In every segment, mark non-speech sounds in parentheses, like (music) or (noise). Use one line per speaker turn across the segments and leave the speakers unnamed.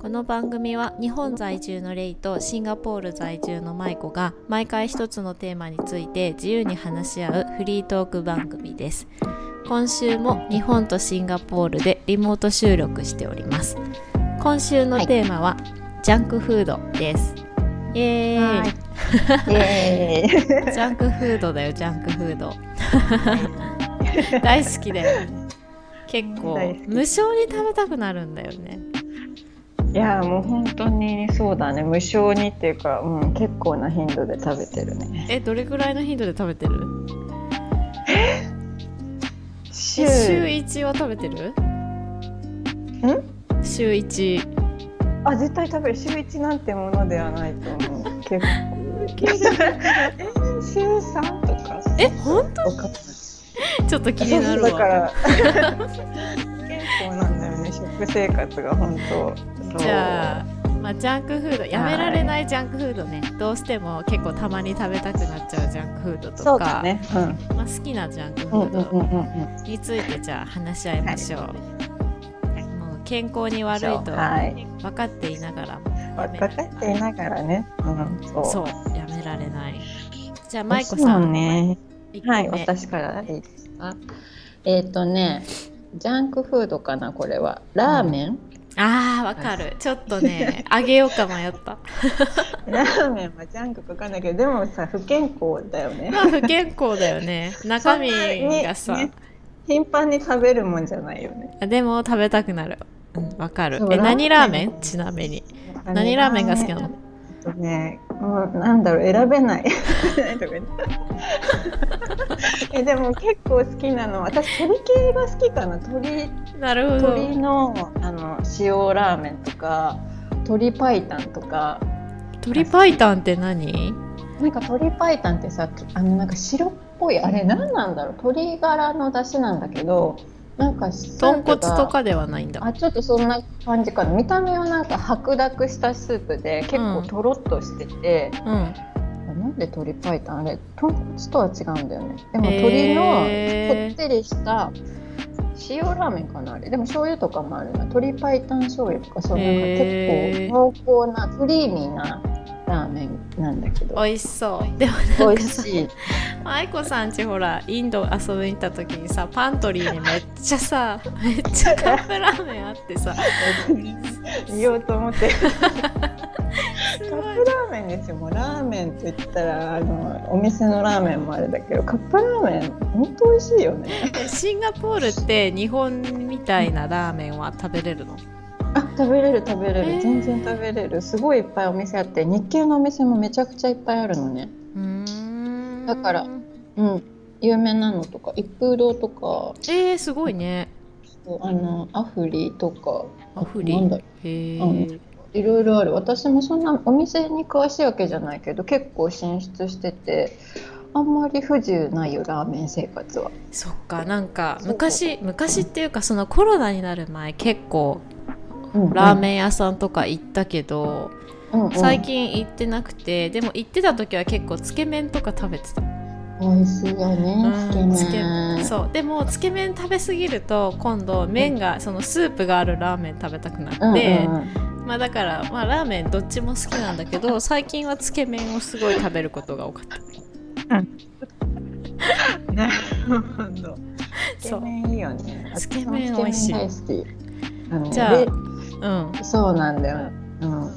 この番組は日本在住のレイとシンガポール在住のマイコが毎回一つのテーマについて自由に話し合うフリートーク番組です今週も日本とシンガポールでリモート収録しております今週のテーマは、ジャンクフードですイエーイ、
はいえー、
ジャンクフードだよジャンクフード大好きだよね結構
大好き
無性に食べたくなるんだよね
いやもう本当にそうだね無償にっていうか、うん、結構な頻度で食べてるね
えどれぐらいの頻度で食べてる
週
え週1は食べてる週1
あ絶対食べる週1なんてものではないと思う結構えー週3とか
え本
当かんない
当ちょっと気になるわ
そうだから結構なんだよね食生活が本当そう
じゃあまあ、ジャンクフードやめられないジャンクフードね、どうしても結構たまに食べたくなっちゃうジャンクフードとか
そうだね
まあ、好きなジャンクフ
うんう
ー
んうん
ド
うんうん
についてじゃあ話し合いましょう、もう健康に悪いと
はい
分かっていながらもや
分
め
からっ
れ
ていながらね、うん、そう
そうやめられないじゃあ舞子さ
そう、
ん、
ね、
一個目
はい、私からいいですか。えっ、とね、ジャンクフードかな、これは。ラーメン、
あーわかるちょっと
(laughs)
ねあげようか迷った
ラーメンはジャンクかわかんないけど、でもさ、不健康だよね
ま。あ不健康だよね (laughs) 中身がさ、
そんなにね頻繁に食べるもんじゃないよね。
でも食べたくなるうんわかる
そう
え
ラーメン
何ラーメンちなみに何ラーメンが好きなの
えっとね、もうなんだろう、選べない。 (laughs) とか言ってえ、でも結構好きなの、私鳥系が好きかな、鳥。
なるほど
鶏のあの塩ラーメンとか鶏白湯とか
鶏白湯って何
なんか鶏白湯ってさあのなんか白っぽいあれ何なんだろう鶏ガラの出汁なんだけどなんかスープが
豚骨とかではないんだ
あちょっとそんな感じかな見た目はなんか白濁したスープで結
う
構
ん
とろっとしてて、
うん
なんで鶏白湯あれ豚骨とは違うんだよねでも鶏
へー
のこってりした塩ラーメンかなあれでも醤油とかもあるな鶏白湯醤油とかそうなんか
へ
結
ー
構濃厚なクリーミーなラーメンなんだけど
美味しそうでも
美
なんか
味
さ
しい
愛子さんちほらインド遊びに行った時にさパントリーにめっちゃさめっちゃカップラーメンあってさ
言おうと思って
すごい
カップラーメンですよもうラーメンと言ったらあのお店のラーメンもあれだけどカップラーメン本当美味しいよね
えシンガポールって日本みたいなラーメンは食べれるの
あ食べれる食べれ
へ
る
ー
全然食べれるすごいいっぱいお店あって日系のお店もめちゃくちゃいっぱいあるのね
うん
だからうん有名なのとか一風堂とか
えー、すごいね
あのアフリとか
アフリ
なんだろ
へえ、
うんういろいろある私もそんなお店に詳しいわけじゃないけど結構進出しててあんまり不自由ないよラーメン生活は
そっかなんか
そう
昔昔っていうかそのコロナになる前結構
うん
ラーメン屋さんとか行ったけど、
うんうん
最近行ってなくてでも行ってた時は結構つけ麺とか食べてた
美味しいよねつけ
つけ
麺
そうでもつけ麺食べ過ぎると今度麺が、そのスープがあるラーメン食べたくな
うんうん
って、まあだから、まあ、ラーメンどっちも好きなんだけど最近はつけ麺をすごい食べることが多かった
うんなるほど
そ
つけ
う
麺いいよね。
つけ麺美味しい
私もつけ麺大好き。の
じゃあ
で
うん (laughs)
そうなんだよ。うん。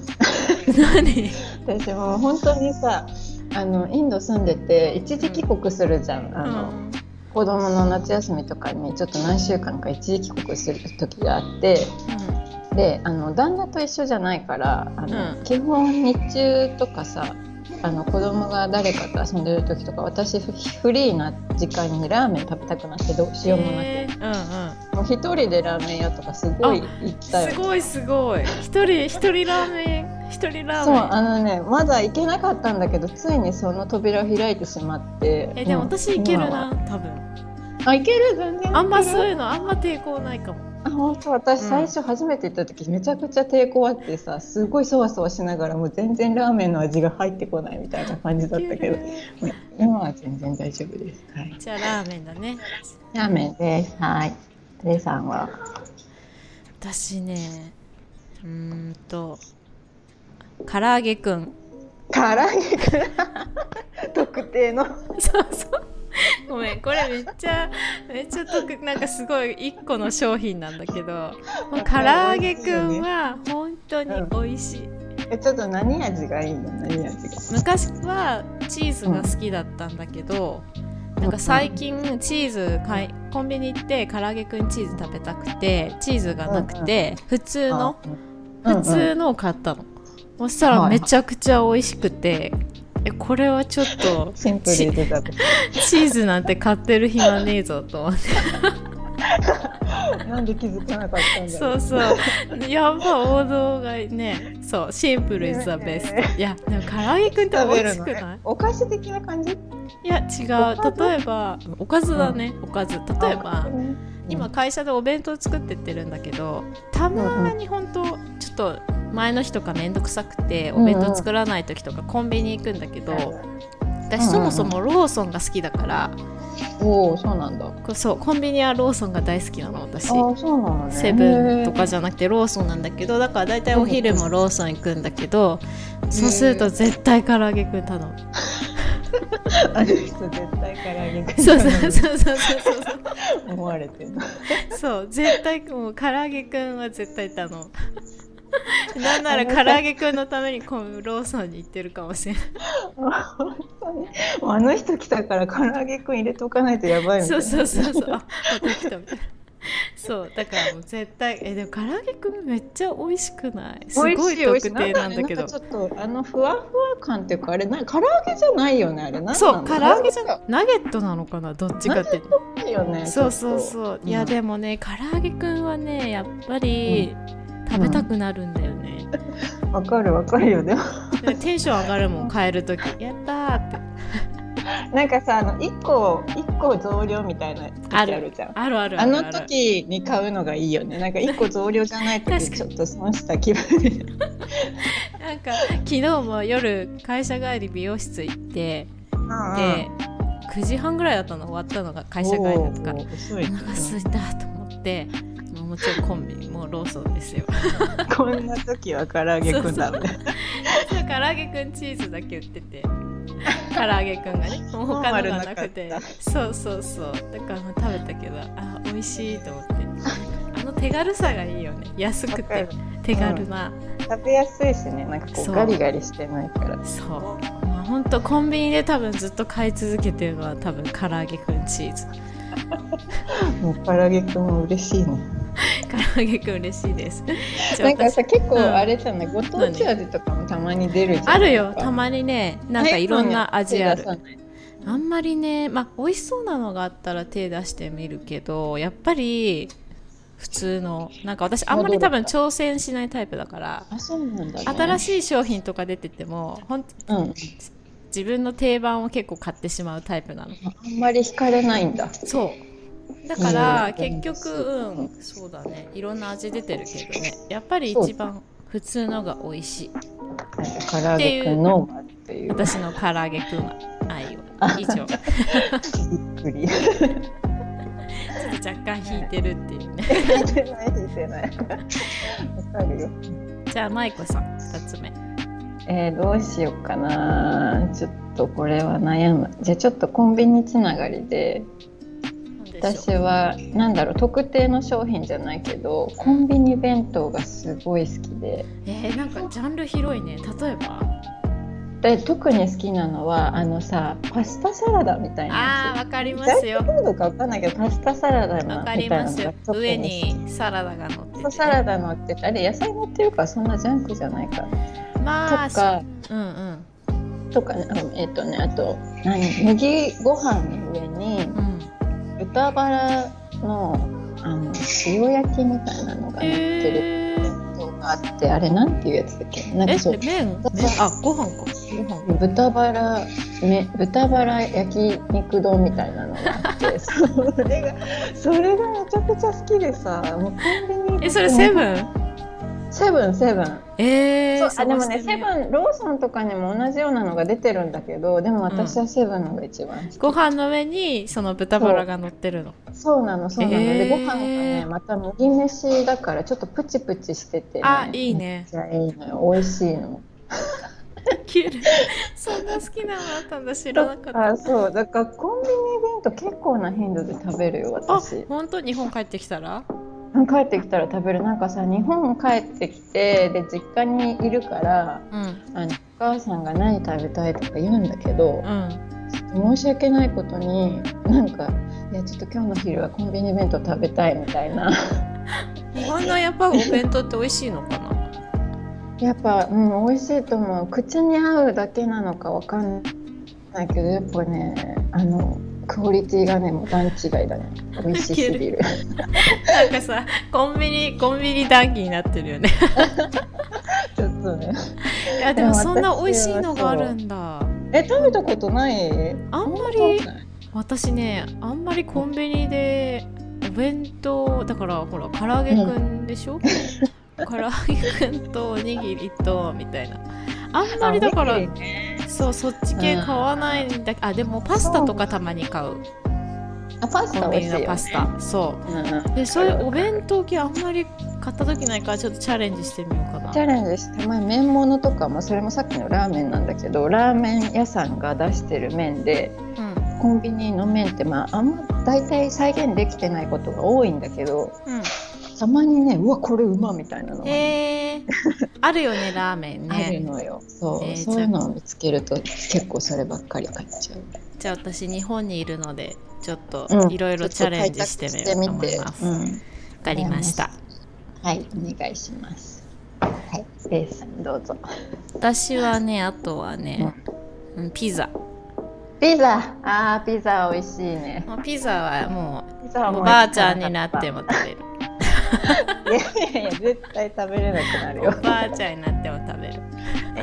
何
私も本当にさ、あのインド住んでて一時帰国するじゃん。あの、子供の夏休みとかにちょっと何週間か一時帰国する時があって、で、あの旦那と一緒じゃないから、あの、
う
基本日中とかさ。あの子供が誰かと遊んでる時とか私フフリーな時間にラーメン食べたくなってどうしようもなく、
えーうんうん
もう一人でラーメン屋とかすごい行ったよ
すごいすごい一人一人ラーメン一人ラ
そう
ーメン
あのねまだ行けなかったんだけどついにその扉を開いてしまって
えでも
うん
私いける
今は
な多分
あ行ける全然行ける
あんまそういうのあんま抵抗ないかも
あ本当私
うん
最初初めて行った時めちゃくちゃ抵抗あってさすごいそわそわしながらもう全然ラーメンの味が入ってこないみたいな感じだったけど
(laughs)
うん今は全然大丈夫です、はい、
じゃあラーメンだね
ラーメンですはいレイさんは
私ねうーんんと唐揚げくん
唐揚げから (laughs) 特定の
そうそうごめんこれめっちゃめっちゃとくなんかすごい一個の商品なんだけどもう唐揚げくんは本当に美味しい、
えちょっと何味がいいの何味が
昔はチーズが好きだったんだけど、なんか最近チーズ買いコンビニ行って唐揚げくんチーズ食べたくてチーズがなくて、普通の、
あうん
普通のを買ったの、そしたらめちゃくちゃ美味しくて、えこれはちょっと
シンプルに出た
チーズなんて買ってる暇ねえぞと思って
(laughs) なんで気づかなかったんだ
そ
ろう
うそうやっぱ王道がねそうシンプル is the best いやでも唐揚げくんって
食べ
美味
る
し
の
くない
ね (laughs) お菓子的な感じ
いや違う例えばおかずだね、おかず例えば今会社でお弁当作ってってるんだけどたまに本当ちょっと前の日とかめんどくさくてお弁当作らない時とかコンビニ行くんだけど、私そもそもローソンが好きだから、
おおそうなんだあ
こうそうコンビニはローソンが大好きなの私。
ーそうなのね
セブンとか
じ
じゃなくてローソンなんだけどだから大体お昼もローソン行くんだけど、そうすると絶対唐揚げくん頼む、
ゃあの人絶対唐揚げくん
そうそうそうそうそうそう
思われてる (laughs)
そう絶対もう唐揚げくんは絶対頼
(laughs)
むなんなら唐揚げくんのためにこうローソンに行ってるかもしれない
本当にもうあの人来たから唐揚げくん入れておかないとやばいみたい
そう
な
そうそうそうあまた来たみたいなそうだからもう絶対えでも唐揚げくんめっちゃ美味しくないすご
美
い
味し美
特
味し
定なんだけど
なんかちょっとあのふわふわ感っていうかあれな唐揚げじゃないよねあれなん
そう唐揚げじゃ
な
ナゲットなのかなどっちかっていうと
いよね
そうそう
う
そう、
ん
いやでもね唐揚げくんはねやっぱり食べたくなるんだよね、
わかるわかるよね
でテンション上がるもん帰る時やったーって
なんかさあの一個一個増量みたいな時
あ
あ
る
るじゃん。
あるある
あ
るる
の時に買うのがいいよね。なんか一個増量じゃない時
(laughs) 確
ちょっと損した気分
(laughs)
で。
なんか昨日も夜会社帰り美容室行ってで9時半ぐらいだったの終わったのが会社帰りだとか
おー遅
お
い
腹すいたと思ってもうもちろんコンビニもうローソン
(laughs)
ですよ
こんな時は唐揚げくんだね。
唐揚げくんチーズだけ売ってて唐揚げくん
(laughs)
がねもう他のがなくて
ノーマルなかっ
そうそうそうだからまあ食べたけどあ美味しいと思ってあの手軽さがいいよね安く
わか
て
る
手軽な、
食べやすいしね。なんかこ
そう
うガリガリしてないから。
そう、まあ、ほんとコンビニで多分ずっと買い続けてるのは多分唐揚げくんチーズ (laughs)
もう唐揚げくんも嬉しいね。
唐揚げくん嬉しい
(laughs)
です。じゃあ
なんか
私
さ結構
うん
あれじゃない。ご当地味とかもたまに出るじゃん。
あるよ、たまにね、なんかいろんな味ある
手。出さない
あんまりね、まあ、美味しそうなのがあったら手出してみるけど、やっぱり普通の、なんか私、あんまり多分挑戦しないタイプだから、
あそうなんだね。
新
し
しい商品とか出てても、ほんと
うん。
自分の定番を結構買ってしまうタイプなの。
あんまり惹かれないんだ。
そう。だから、
いい
結
ね
局、うん、そうだね、いろんな味出てるけどね、やっぱり一番普通のが美味しい。
なんか唐揚げくんノーマルっていう。びっ
私の唐揚げくん愛を以上ちょ
くり。
っと若干引いてるっていうね (laughs)
聞いてない聞いてない。わかるよ。
じゃあ舞子さん2つ目
(laughs) えー、どうしようかな。ちょっとこれは悩む。じゃあちょっとコンビニつながりで、
何でし
私
ょ
はなんだろう特定の商品じゃないけど、コンビニ弁当がすごい好きで。
うえー、なんかジャンル広いね例えば
で特に好きなのはあのさパスタサラダみたいな
あー
や
わかりま
つ。
す
ジャ
よ
ンクフードかわかんないけどパスタサラダの
わか
み
り
た
ま
いなの
す
が
よ
特好き
上にサラダが乗って
パスタ
て
サラダのってあれ野菜乗ってるからそんなジャンクじゃないから。
まあ
とか
そううんうん
とかね、あえっ、とね、あと、何、麦ご飯の上に
う、ん
豚バラの、あの、塩焼きみたいなのが乗ってる
えー
弁当があって、あれ、なんていうやつだっけ、なん
え
かそう、
麺麺あご飯かご飯
豚バラ、ね、豚バラ焼肉丼みたいなのがあって、それが、それがめちゃくちゃ好きでさ、もうコンビニ行っても
えそれセブン
セブンセブン
え
そう
ー、
あでも
探
ね
して
セ
みよう
ブンローソンとかにも同じようなのが出てるんだけどでも私はセブンのが一番好
ご
き、
飯の上にその豚バラが乗ってるの
そうなのそうなの、
えー
でご飯がねまた麦飯だからちょっとプチプチしてて、
あいいね
めっちゃいいのよ美味しいの
キュールそんな好きなのあったんだ知らなかった
あそうだからコンビニ弁当結構な頻度で食べるよ
あ
私
本当日本帰ってきたら
帰ってきたら食べるなんかさ日本帰ってきてで実家にいるから
うん
あのお母さんが何食べたいとか言うんだけど
う、ん
申し訳ないことになんか「いやちょっと今日の昼はコンビニ弁当食べたい」みたいな
日本のやっぱお弁当って美味しいのかな
やっぱうん美味しいと思う口に合うだけなのかわかんないけどやっぱねあのクオリティがねもう段違いだね美味しすぎる
なんかさコンビニコンビニ談義になってるよね
ちょっとね
いやでもそんな美味しいのがあるんだ
え食べたことない
あんまり私ねあんまりコンビニでお弁当だからほら唐揚げくんでしょ、唐揚げくんとおにぎりとみたいなあんまりだからそうそっち系買わないんだあでもパスタとかたまに買う
あパス
コ
タ
ン
美
ビ
味
ニ
し
の
いよ、ね、
パスタそ
うんうん
うでそういうお弁当系あんまり買った時ないからちょっとチャレンジしてみようかな
チャレンジして前麺物とかもそれもさっきのラーメンなんだけどラーメン屋さんが出してる麺で
うん
コンビニの麺って、まあ、あんま大体再現できてないことが多いんだけどたまにねうわこれうまみたいなのが
うんえー、あるよねラーメン
ある
ね
のよ、そう、
えー
そういうのを見つけると結構そればっかり買っちゃう
じゃあ私日本にいるのでちょっと
うん
いろいろチャレンジしてみようと思います、
ちょっ
わ
と開拓してみて
かりました
うんはいお願いしますはいレイさんどうぞ
私はねあとはね、うん、ピザ
ピザあーピザ美味しいね
もうピザはも
ピザ
う
はも
お
う
ばあちゃんになっても食べる
いやいやいや絶対食べれなくなる
お
よ
(laughs) ばあちゃんになっても食べる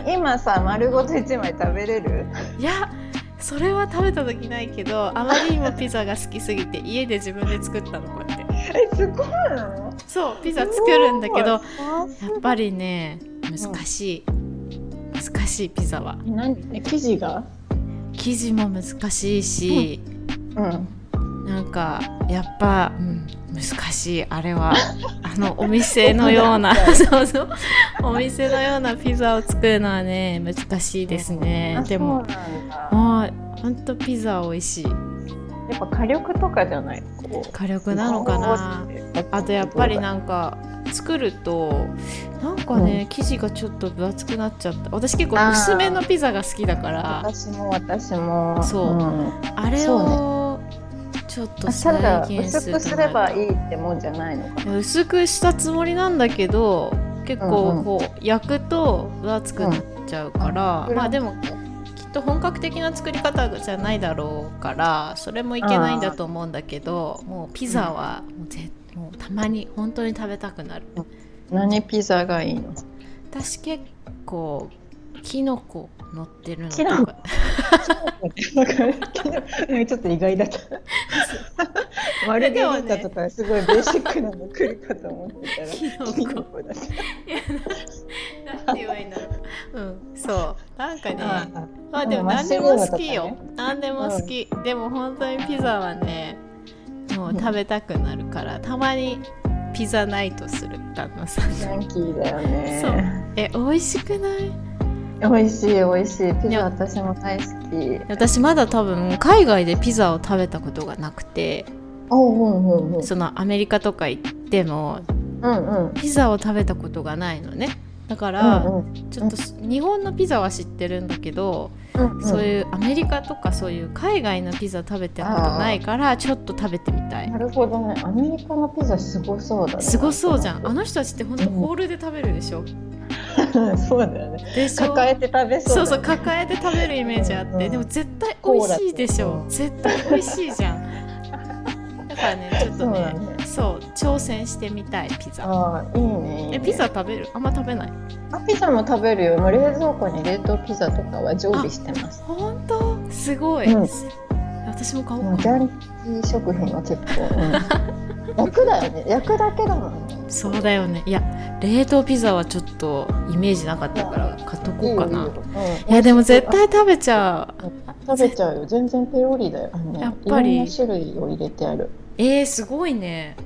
今さ丸ごと一枚食べれる
いやそれは食べた時ないけどあまりにもピザが好きすぎて家で自分で作ったのこうやって
えすごいの
そうピザ作るんだけどや
すごい
っぱりね難しい難しいピザは
何生地が
生地も難しいし、
うん
なんかやっぱ、うん、難しいあれ
(laughs)
はあのお店のような (laughs) そうそうお店のようなピザを作るのはね難しいですねでも
そうなんだ
もうほんとピザ美味しい
やっぱ火力とかじゃないこう
火力なのかなあとやっぱりなんか作るとなんかね、生地がちょっと分厚くなっちゃった私結構
あー
薄めのピザが好きだから
私も私も
そうんあれをちょっと
ただ
再現す
薄
る
く
と
す
な
れ
る
ばいいってもんじゃないのか
いや薄くしたつもりなんだけど結
うん
構
うん
こう、焼くと分厚くなっちゃうから、
うん
まあでもきっと本格的な作り方じゃないだろうからそれもいけないんだと思うんだけどもうピザはもうぜ、もうたまに本当に食べたくなる
何ピザがいいの
私結構キノコ乗ってるのと
キノ
か
ちょっと意
(laughs)
外だったマルゲリータとかすごいベーシックなの来るかと思ってた
(laughs)
ら
キノコ
キノコだった
いやなんなんて言えばいいんだろううんそうなんかねまあでも
うんマッ
何
シ
で
ュルーム
も
とか
好
ね
きよ、何でも好き、でも本当にピザはねもう食べたくなるからたまにピザナイトする旦那さん
ジ
が
ャンキーだよね
そうえ美味しくない
美味しい美味しいピ
いや
ザ私も大好き
私まだ多分海外でピザを食べたことがなくて
おうんうんうんうん
そのアメリカとか行っても
うん
ピザを食べたことがないのねだから、
う
ちょっとす日本のピザは知ってるんだけど、
ん
そういうアメリカとかそういう海外のピザ食べたことないからちょっと食べてみたい
なるほどねアメリカのピザすごそうだね
すごそうじゃんあの人たちって本当
うん
ホールで食べるでしょ、
(laughs) そうだよね
でしょ
抱えて食べ
そ
そうう
そ
だ
う
ね
抱えて食べるイメージあって、
うんうん
でも絶対美味しいでし
コーラ
ょ
と
絶対美味しいじゃんだからねちょっと
そうだ
ね
ね
そう挑戦してみたいピザ
ああいいねいいね
えピザ食べるあんま食べない
あピザも食べるよもう冷蔵庫に冷凍ピザとかは常備してます
本当すごい、
うん
私も買おう
もうジ
か
ャ
な
ンキー食品は結構、
(laughs)
焼くだよね焼くだけだもんね
そうだよねいや冷凍ピザはちょっとイメージなかったから買っとこうかない
いよいいようん
いやでも絶対食べちゃう
食べちゃうよ全然ペロリだよあのね
やっぱり
いろんな種類を入れてある
えー、すごいね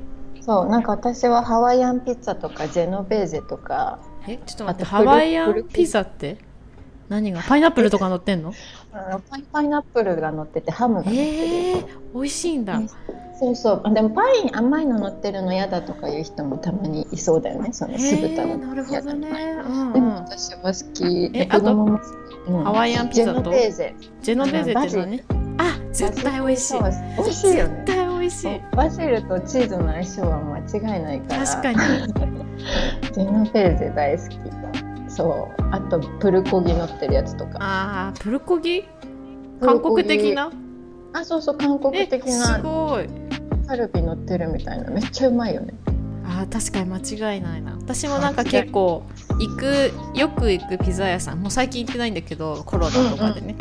そうなんか私はハワイアンピッツァとかジェノベーゼとか
えちょっと
あ
待って
と
ハワイア
プル
ン
プル
ピザって何がパイナップルとか乗ってんの
あのパイパイナップルが乗っててハムが乗っ
え
てる、
ー、美味しいんだ
そうそうあでもパイに甘いの乗ってるの嫌だとかいう人もたまにいそうだよねその酢
え
豚の
ー、なるほどね、う
で
んう
も
ん、
私も好き
え
で子供も好き、うん
ハワイアンピザと
ジェノベーゼ
ジェノベーゼってのはねあ
バ
絶
ジル
対美味しい
ソース美味しいよね
絶対美味しい
バジルとチーズの相性は間違いないから
確かに
ジェノベーゼ大好きそうあとプルコギ乗ってるやつとか
あープルコギ韓国的な
プルコギあそうそう韓
え
国的
す
な
ごい
カルビ乗ってるみたいなめっちゃうまいよね
あー確かに間違いないな私もなんか結構行くよく行くピザ屋さんもう最近行ってないんだけどコロナとかでね、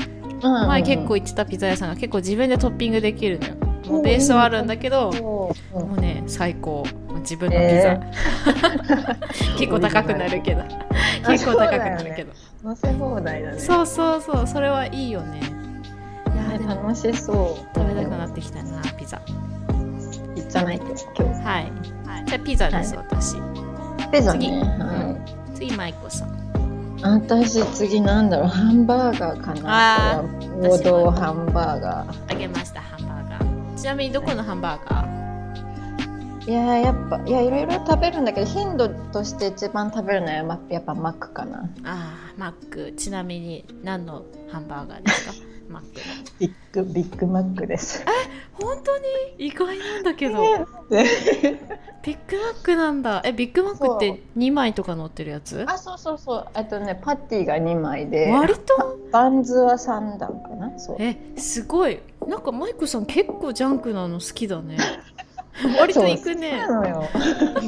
前結構行ってたピザ屋さんが結構自分でトッピングできるのよもうベースはあるんだけど、
そううん
もうね最高もう自分のピザ、 (laughs) 結構高くなるけど結構高くなるけど
乗せ放題だね
そう,、そうそうそれはいいよねいやー
ね
でも
楽しそう
食べたくなってきたなピザ
いっちゃないと今日
はい、じゃあピザです、私
ピザね
次
はい
次マイコさん
私次なんだろうハンバーガーか
あ
な
ー
これは王道ハンバーガー
あげましたハンバーガーちなみにどこのハンバーガー、
いやーやっぱいやいろいろ食べるんだけど頻度として一番食べるのはやっぱやっぱマックかな
あーマックちなみに何のハンバーガーですかマッ (laughs) ク
ビッグビッグマックです
本当に意外なんだけビッグマックなんだえビッグマックって2枚とか乗ってるやつ
(laughs) あそうそうそうあとねパティが2枚で
割と
バンズは3段かなそう
えすごいなんかマイコさん結構ジャンクなの好きだ
(laughs)
ね割と行くね
そうなのよ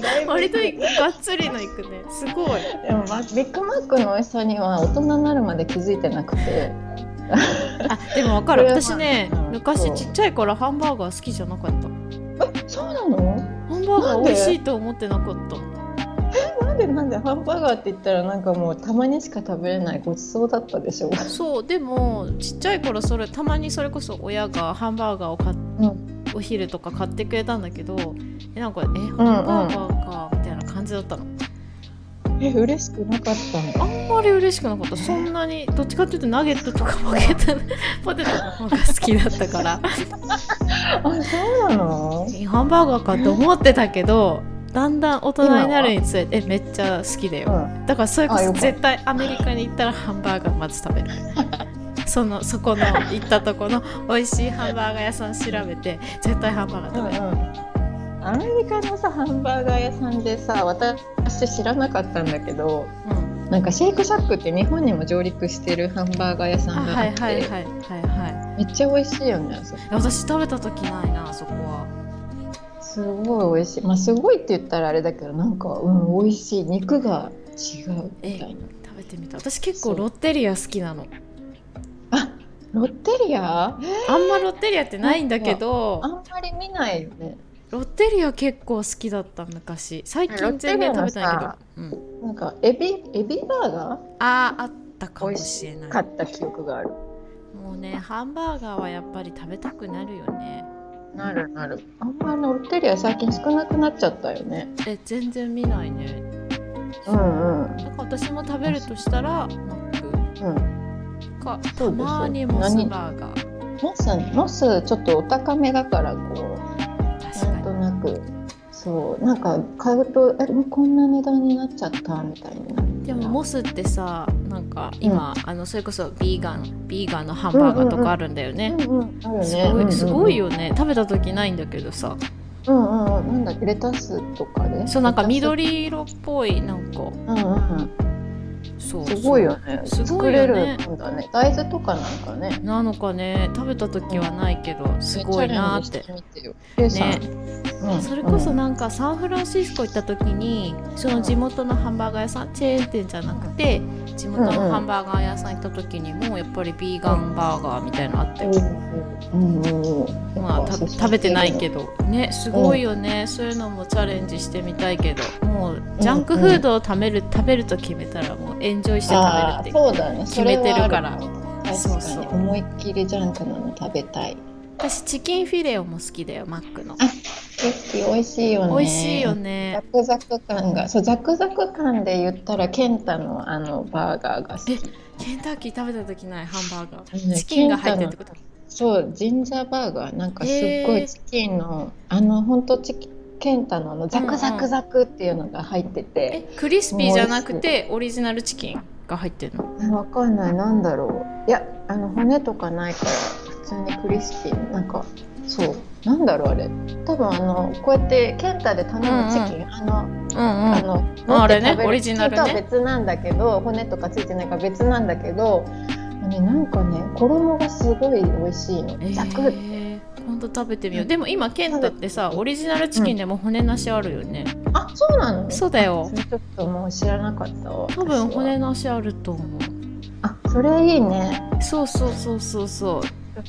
だい
(laughs)
ぶ
割といがっつりの行くねすごい
でもまビッグマックの美味しさには大人になるまで気づいてなくて
あでもわかる
これは
私ね
うんそ
昔
う
ちっちゃい頃ハンバーガー好きじゃなかった
そうなの
ハンバーガ
な
ー
ん
美
で
味しいと思ってなかった
なんでなんでハンバーガーって言ったらなんかもうたまにしか食べれないごちそうだったでしょ
そうでもちっちゃい頃それたまにそれこそ親がハンバーガーを買っ、
う
お昼とか買ってくれたんだけどえなんかえハン
うん
バーガーかみたいな感じだったの、
え嬉しくなかった
(laughs)
の
あんまり嬉しくなかったそんなにどっちかっていうとナゲットとかポケット (laughs) ポテトの方が好きだったから
あそうなの
えハンバーガーかと思ってたけどだんだん大人になるにつれてえめっちゃ好きだよ
う
だからそれこ
あ
そ
よかった
絶対アメリカに行ったらハンバーガーまず食べ
(laughs)
るそのそこの行ったとこの美味しいハンバーガー屋さん調べて絶対ハンバーガー
ん、うん
食べる、
うんアメリカのさハンバーガー屋さんでさ私知らなかったんだけど
うん
なんかシェイクシャックって日本にも上陸してるハンバーガー屋さ
あ
んがあ
はい
って、
はいはいはいはい
めっちゃ美味しいよねあそこ
私食べた時ないなあそこは
すごい美味しいまあすごいって言ったらあれだけどなんかうん美味しい肉が違うみたいな
食べてみた私結構
そう
ロッテリア好きなの
あロッテリア
あんまロッテリアってないんだけど
あんまり見ないよね
ロッテリア結構好きだった昔最近全然食べてないけど
ロッ、
うん、
なんかエビエビバーガ
あーあったかもしれな
ー
い
買った記憶がある
もうねハンバーガーはやっぱり食べたくなるよね
なるなるあんまりロッテリア最近少なくなっちゃったよね
え全然見ないね
うんうん
なんか私も食べるとしたらマッ
うん、
クか
そうです
た
よ
まにモスバーガー
モスモスちょっとお高めだからこ
確
う
か
なんと
に
なくそうなんか買うとえもうこんな値段になっちゃったみたいになる
でもモスってさなんか今、あのそれこそビーガンビーガンのハンバーガーとかあるんだよね、
うんうん、あるね
す
うん
ご
うんう
い
ん
すごいよね食べた時ないんだけどさ
うんうんうんなんだっけレタスとかで
そうなんか
レタス
緑色っぽいなんか
うんうん
そううんそう
すごいよね
すごいよね
作れるんだね大豆とかなんかね
なのかね食べた時はないけどすごいなーって
チャレンジしてみてよケイさん
ね
うん
それこそ
うん
なんかサンフランシスコ行った時にその地元のハンバーガー屋さんチェーン店じゃなくて地元のハンバーガー屋さん行った時にもやっぱりビーガンバーガーみたいなのあって、
うんうんうん
まあた食べてないけ
ど
どねすごいよね、そういうのもチャレンジしてみたいけどもうジャンクフードを食べる食べると決めたらもうエンジョイして食べる
あ
って
ー
いう
そうだね
決めてるから
それはあるね
そう
確か
そう
に思いっきりジャンクなの食べたい
私チキンフィレオも好きだよマックの
ケーキ美味しいよね
美味しいよ
ザ
ね
クザク感がそうザクザク感で言ったらケンタのあのバーガーが好き
ケンタッキー食べた時ないハンバーガ
あの
ー
ね
チキンが入ってるってこと
そうジンジャーバーガーなんかすっご
へー
いチキンの、あのほんとチキケンタのあのザクザクザクっていうのが入って
え
て、
クリスピーじゃなくてオリジナルチキンが入ってるの
わかんないなんだろういやあの骨とかないから普通にクリスピーなんかそうなんだろうあれ多分あのこうやってケンタで頼むチキン、あの
うん
あの
ああれね
持って食べる
オリジナルね
チキンとは別なんだけど骨とかついてないから別なんだけど、ね、なんかね衣がすごい美味しいの、
え
ザクッ
ー、本当食べてみようでも今ケンタってさオリジナルチキンでも骨なしあるよね、
あそうなの
そうだよ
それちょっともう知らなかったわ
多分骨なしあると思う
あそれいいね
そうそうそうそうそう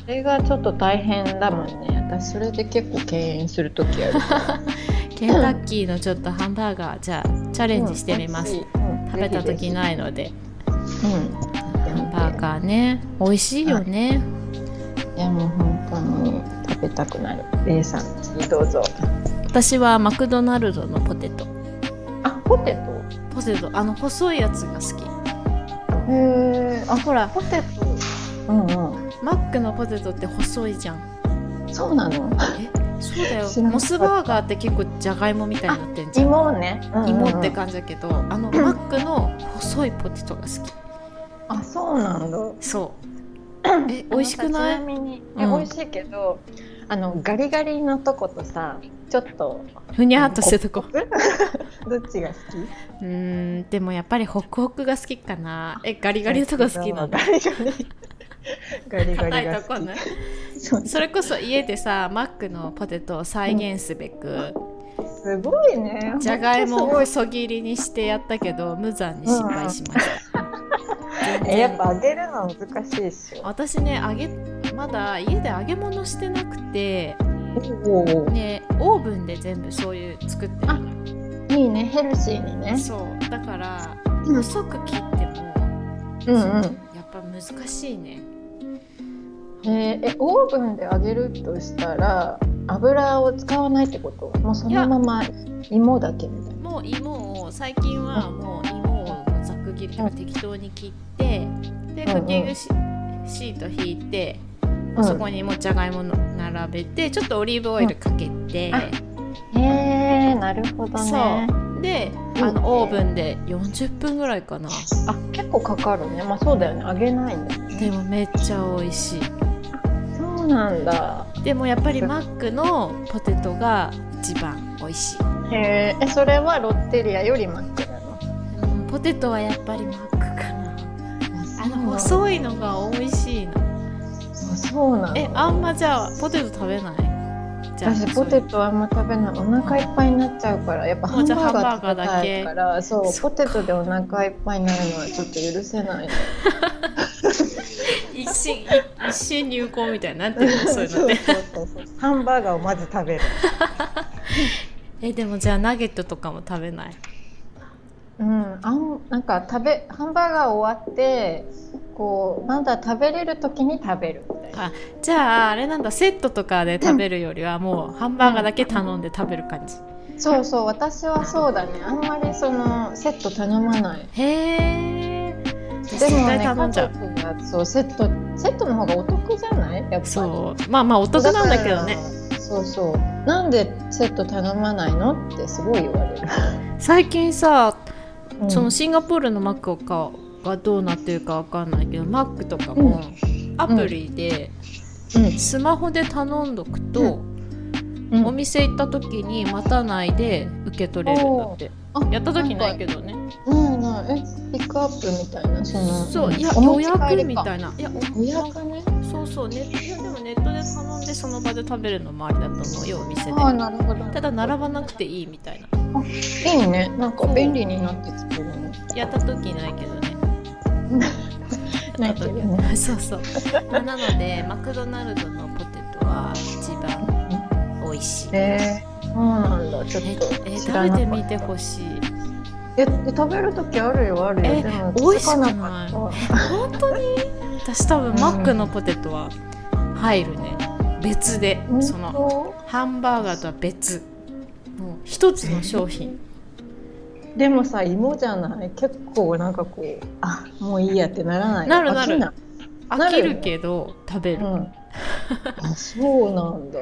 それがちょっと大変だもんね私それで結構敬遠する時ある
ケンタッキーのちょっとハンバーガーじゃあチャレンジしてみます、食べた時
の
ないので
うん
ハンバーガーね美味しいよね
いやもう本当に食べたくなるレイさん次どうぞ
私はマクドナルドのポテト
あポテ
ポテトあの細いやつが好き
トへえあ
ほら
ポテトうんうん
マックのポテトって細いじゃん
そうなの
そうだよ
知らなかった
モスバーガーって結構じゃがいもみたいになってんじゃん
芋ね、
芋って感じだけど、あのマックの細いポテトが好き
あそうなんだ
そうえ美味しくない
あのさちなみにえ、
うん
美味しいけどあのガリガリのとことさちょっと
ふにゃーっとしてとこ
(laughs) どっちが好き
うーんでもやっぱりホクホクが好きかなえガリガリのとこ好きなの
(laughs) ガリガ
硬
リガリガリ
い
が
とこ
好き、
ね
そう
それこそ家でさマックのポテトを再現すべく
すごいね
じゃがいもを
ほんとす
細切りにしてやったけど無残に失敗しました、全
ごい
然
(laughs) えやっぱ揚げるの難しいっしょ
私ね揚げまだ家で揚げ物してなくて
おお
ねオーブンで全部そういう作ってるの
いいねヘルシーにね
そうだから
うん
細く切っても
うんうん
やっぱ難しいね
えーえオーブンで揚げるとしたら油を使わないってこともうそのまま芋だけみたいな
もう芋を最近はもう芋をざく切りとか適当に切ってで
うん
ク
うん
ッキングシシート引いて、
うん
そこにもうじゃがいもの並べてちょっとオリーブオイルかけて、
あへえなるほどね
そうであのオーブンで40分ぐらいかな
あ結構かかるねまあそうだよね揚げないんだよね
でもめっちゃ美味しい
そうなんだ
でもやっぱりマックのポテトが一番美味しい
へええそれはロッテリアよりマックなの
うんポテトはやっぱりマックかなあの
い
細いのが美味しいの
そうなの
えあんまじゃあポテト食べないじゃあ
私ポテトあんま食べないお腹いっぱいになっちゃうからやっぱ
も
ハ
う
ン
じ
バ
ゃあ
ーガー食べたいからそ
だけ
うポテトでお腹いっぱいになるのはちょっと許せ (laughs) ないの
そういう一心一一心入魂みたいになってるのそういうのって
そうそうそうハンバーガーをまず食べる
えでもじゃあナゲットとかも食べない
うん、あんなんか食べハンバーガー終わってこうまだ食べれる時に食べるみたいな
あじゃああれなんだセットとかで食べるよりはもうハンバーガーだけ頼んで食べる感じ
そうそう私はそうだねあんまりそのセット頼まない
へえ
でもね
頼んじゃう
家族がそうセットセットの方がお得じゃないやっぱり
そうまあまあお得なんだけどね
からそうそうなんでセット頼まないのってすごい言
(laughs)
われる、
最近さ
うん
そのシンガポールのマックかがどうなってるかわかんないけどマックとかもアプリで
う
スマホで頼んどくと、
ん
お店行った時に待たないで受け取れるんだって
おーあ
やった時ないけどね
うんないないえピックアップみたいなその
そういや
お
予
持ち帰
約
り
み
か
たいないやお
予約ね
そうそうネットいやでもネットで頼んでその場で食べるのもありだと思うよお店で
ああなるほど
ただ並ばなくていいみたいな
ばいいねなんか便利になってきてるね
やった時ないけどね
ないけど
(laughs)
ね
そうそう、まあなのでマクドナルドのポテトは一番美味しい
えー、そうなんだちょっ
え
と
え
知
食
ら
べ
なか
て
った
みてほしい
え食べる時あるよあるよ
え
でも
美味
気
し
づ
く
か
ない
なかった
本当に私多分マックのポテトは入るね別でその
本
ハンバーガーとは別もう一つの商品
当でもさ芋じゃない結構なんかこうあもういいやってならない
なるなる
飽きい
飽きるけど食べ
う
る
ん、あそうなんだ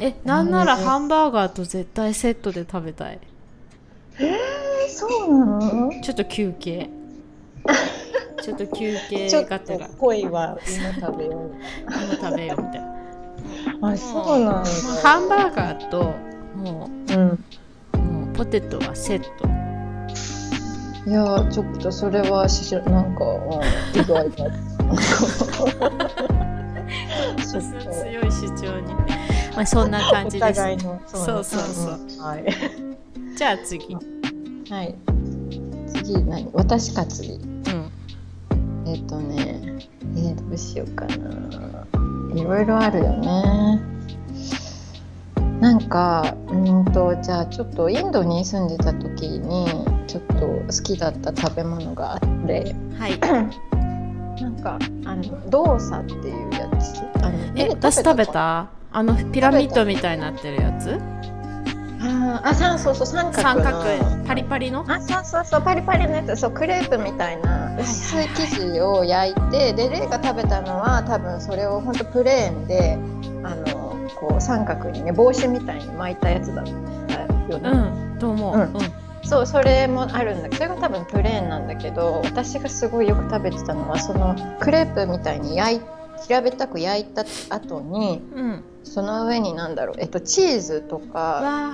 えなんならハンバーガーと絶対セットで食べたい
えそうなの
ちょっと休
(laughs)
憩ちょっと休憩
ちょっ
がて
と
ら
恋は今食べよ
今食べようみたいな
うあそうなんだ
もうハンバーガーとも
うん
うもうポテトはセット
いやーちょっとそれはししなんか、 (laughs) うん、意外だちょっと
強い主張に、まあ、そんな感じ
お
です
互いの
そうそうそう、
んはい
じゃあ次、う
はい。次何？私か次。
ん、
えっ、とね、えーどうしようかな。いろいろあるよね。なんか、うーんとじゃあちょっとインドに住んでた時にちょっと好きだった食べ物があって、
はい
なんかあの動作っていうやつ。あの
え
食べた
私食べたあのピラミッドみたいになってるやつ
あーあ、三そうそう三角
三
の
角パリパリの
あそうそうそうパリパリのやつそうクレープみたいな薄
はい
い生地を焼いて、でレイが食べたのは多分それを本当プレーンであのこう三角にね帽子みたいに巻いたやつだったよね、
うんどうも、う
うんんそうそれもあるんだけどそれが多分プレーンなんだけど私がすごいよく食べてたのはそのクレープみたいに焼い平べったく焼いた後に
うん
その上になんだろう、えっと、チーズとか
わ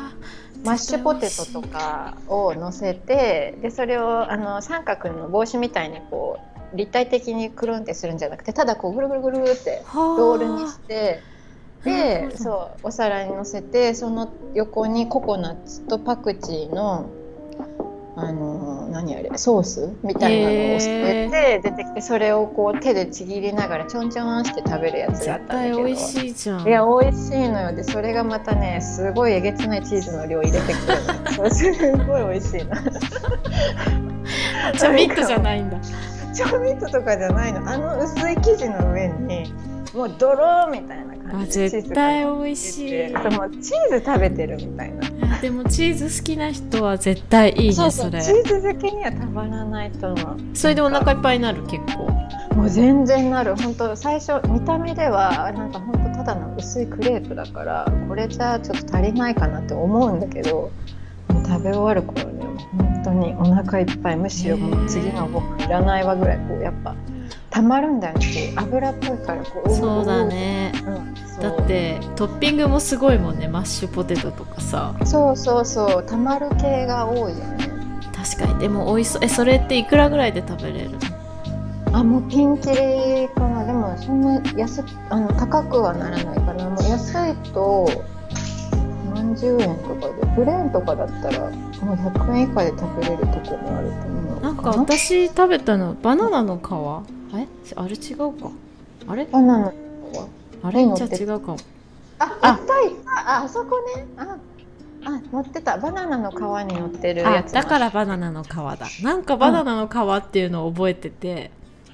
マッシュポテトとかを乗せてでそれをあの三角の帽子みたいにこう立体的にくるんってするんじゃなくてただこうぐるぐるぐるってロールにしてで
う
そうお皿に乗せてその横にココナッツとパクチーの。あの何あれソースみたいなのを添えて出てきてそれをこう手でちぎりながらちょんちょんして食べるやつだった
絶
んだけ
対
ど
美味しいじゃん
いや美味しいのよでそれがまたねすごいえげつないチーズの量入れてくるのそれすごい美味しいな
チョビットじゃないんだ
(laughs) 調味料とかじゃないのあの薄い生地の上にもうドローみたいな
あ
感じでチー
絶
ズが
対美味しい
入っててそうもうチーズ食べてるみたいな
でもチーズ好きな人は絶対いいね
そ
そう
そう
れ
チーズ好きにはたまらないと思う
それでお腹いっぱいになる結構
もう全然なる本当最初見た目ではなんか本当ただの薄いクレープだからこれじゃちょっと足りないかなって思うんだけどもう食べ終わる頃にはもう本当にお腹いっぱいむしろもう次のご飯いらないわぐらいこうやっぱたまるんだよねこう油っぽいからこう
そうだ、ね
うんそう
だってトッピングもすごいもんねマッシュポテトとかさ
そうそうそうたまる系が多いよね
確かにでも美味しそうえそれっていくらぐらいで食べれるの
あもうピンキリかなでもそんな安あの高くはならないかなもう安いと何十円とかでプレーンとかだったらもう100円以下で食べれるとこもあると思う
なんか私食べたのバナナの皮えあれ違うかあれ
バナナは
あれ
乗っ
じゃあ
て
違うかも
ああったいたああそこねああ乗ってたバナナの皮に乗ってる
あ
やつ
だかららバナナの皮だなんかバナナの皮っていうのを覚えてて、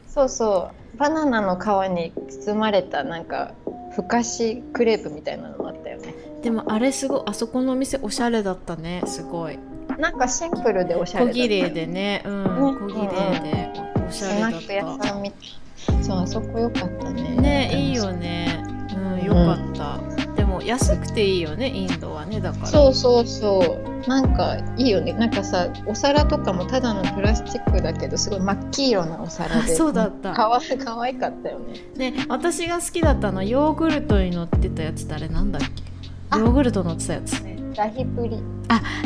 そうそうバナナの皮に包まれたなんかふかしクレープみたいなのもあったよね
でもあれすごいあそこのお店おしゃれだったねすごい
なんかシンプルでおしゃ
小
れだった
綺麗でねうん
ね
小綺麗でおし
ス
ゃれ
ナ
だっ
ック屋
た
さんみたいそうあそこ良かったね
ねいいよねうんよかった、でも安くていいよねインドはねだから
そうそうそうなんかいいよねなんかさお皿とかもただのプラスチックだけどすごい真っ黄色なお皿で
あそうだった
かわいかわいかったよね
ね私が好きだったのはヨーグルトに乗ってたやつ誰なんだっけ
あ
ヨーグルト乗ってたやつ
ダヒプリ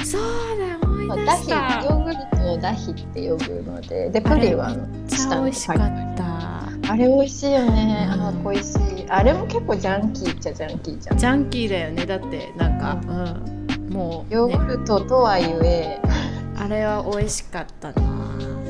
そうだ思い出
ダ
し
ヒヨ
た
ーグルトをダヒって呼ぶのででプリはあの
超美味しかった
あれ美味しいよね、
うん
あの美味しいあれも結構ジャンキーっちゃジャンキーじゃん
ジャンキーだよねだってなんか、うん、もう、
ヨ
ね
ー、グルトとはゆえ
あれは美味しかったな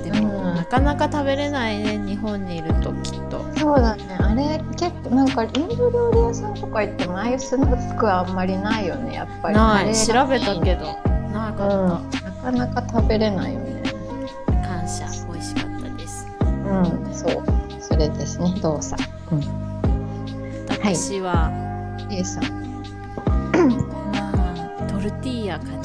でも、
うん
なかなか食べれないね日本にいるときっと
そうだねあれ結構なんかインド料理屋さんとか行ってもああいうスナックはあんまりないよねやっぱりあ
な
れ
い
が
調べたけどな
うん
かっ
なかなか食べれないよね
た、感謝美味しかったです
うんそうそれですね動作い
私は、
A さん
まあトルティーヤかな
ト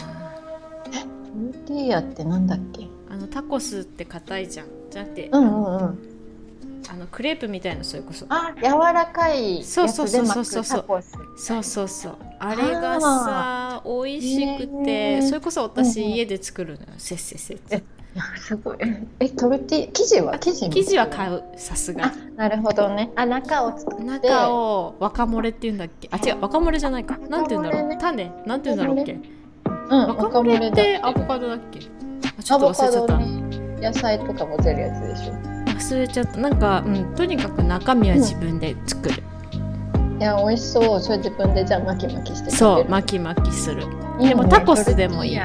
ルティーヤってなんだっけ
あのタコスって硬いじゃんじゃなくて、
うんうんうん
あのクレープみたいなそれこそ
あ柔らかいやつで
そう
巻
そう
く
そうそうそう
タコス
そうそうそうあれがさ美味しくて、
ね
それこそ私、
うんうん
家で作るのよせっせっせっせ
いやすごいえトルティ生地は生地
生地は
う
買うさすが
あなるほどねあ中を作って
中を若漏れって言うんだっけあ違う若漏れじゃないかなんて言うんだろう、
若
種なんて言うんだろうっけ
うん
若
若
漏れ
盛
って
だ
アボカドだっけあちょ
ア
っと
ボ
忘れ
カ
ちゃっ
ド
た、
に野菜とか混ぜるやつでしょ
忘れちゃったなんか、うん、とにかく中身は自分で作る、
いや美味しそうそれ自分でじゃあ巻き巻きして
そう巻き
巻
巻きするっ
き
でもタコスでもいい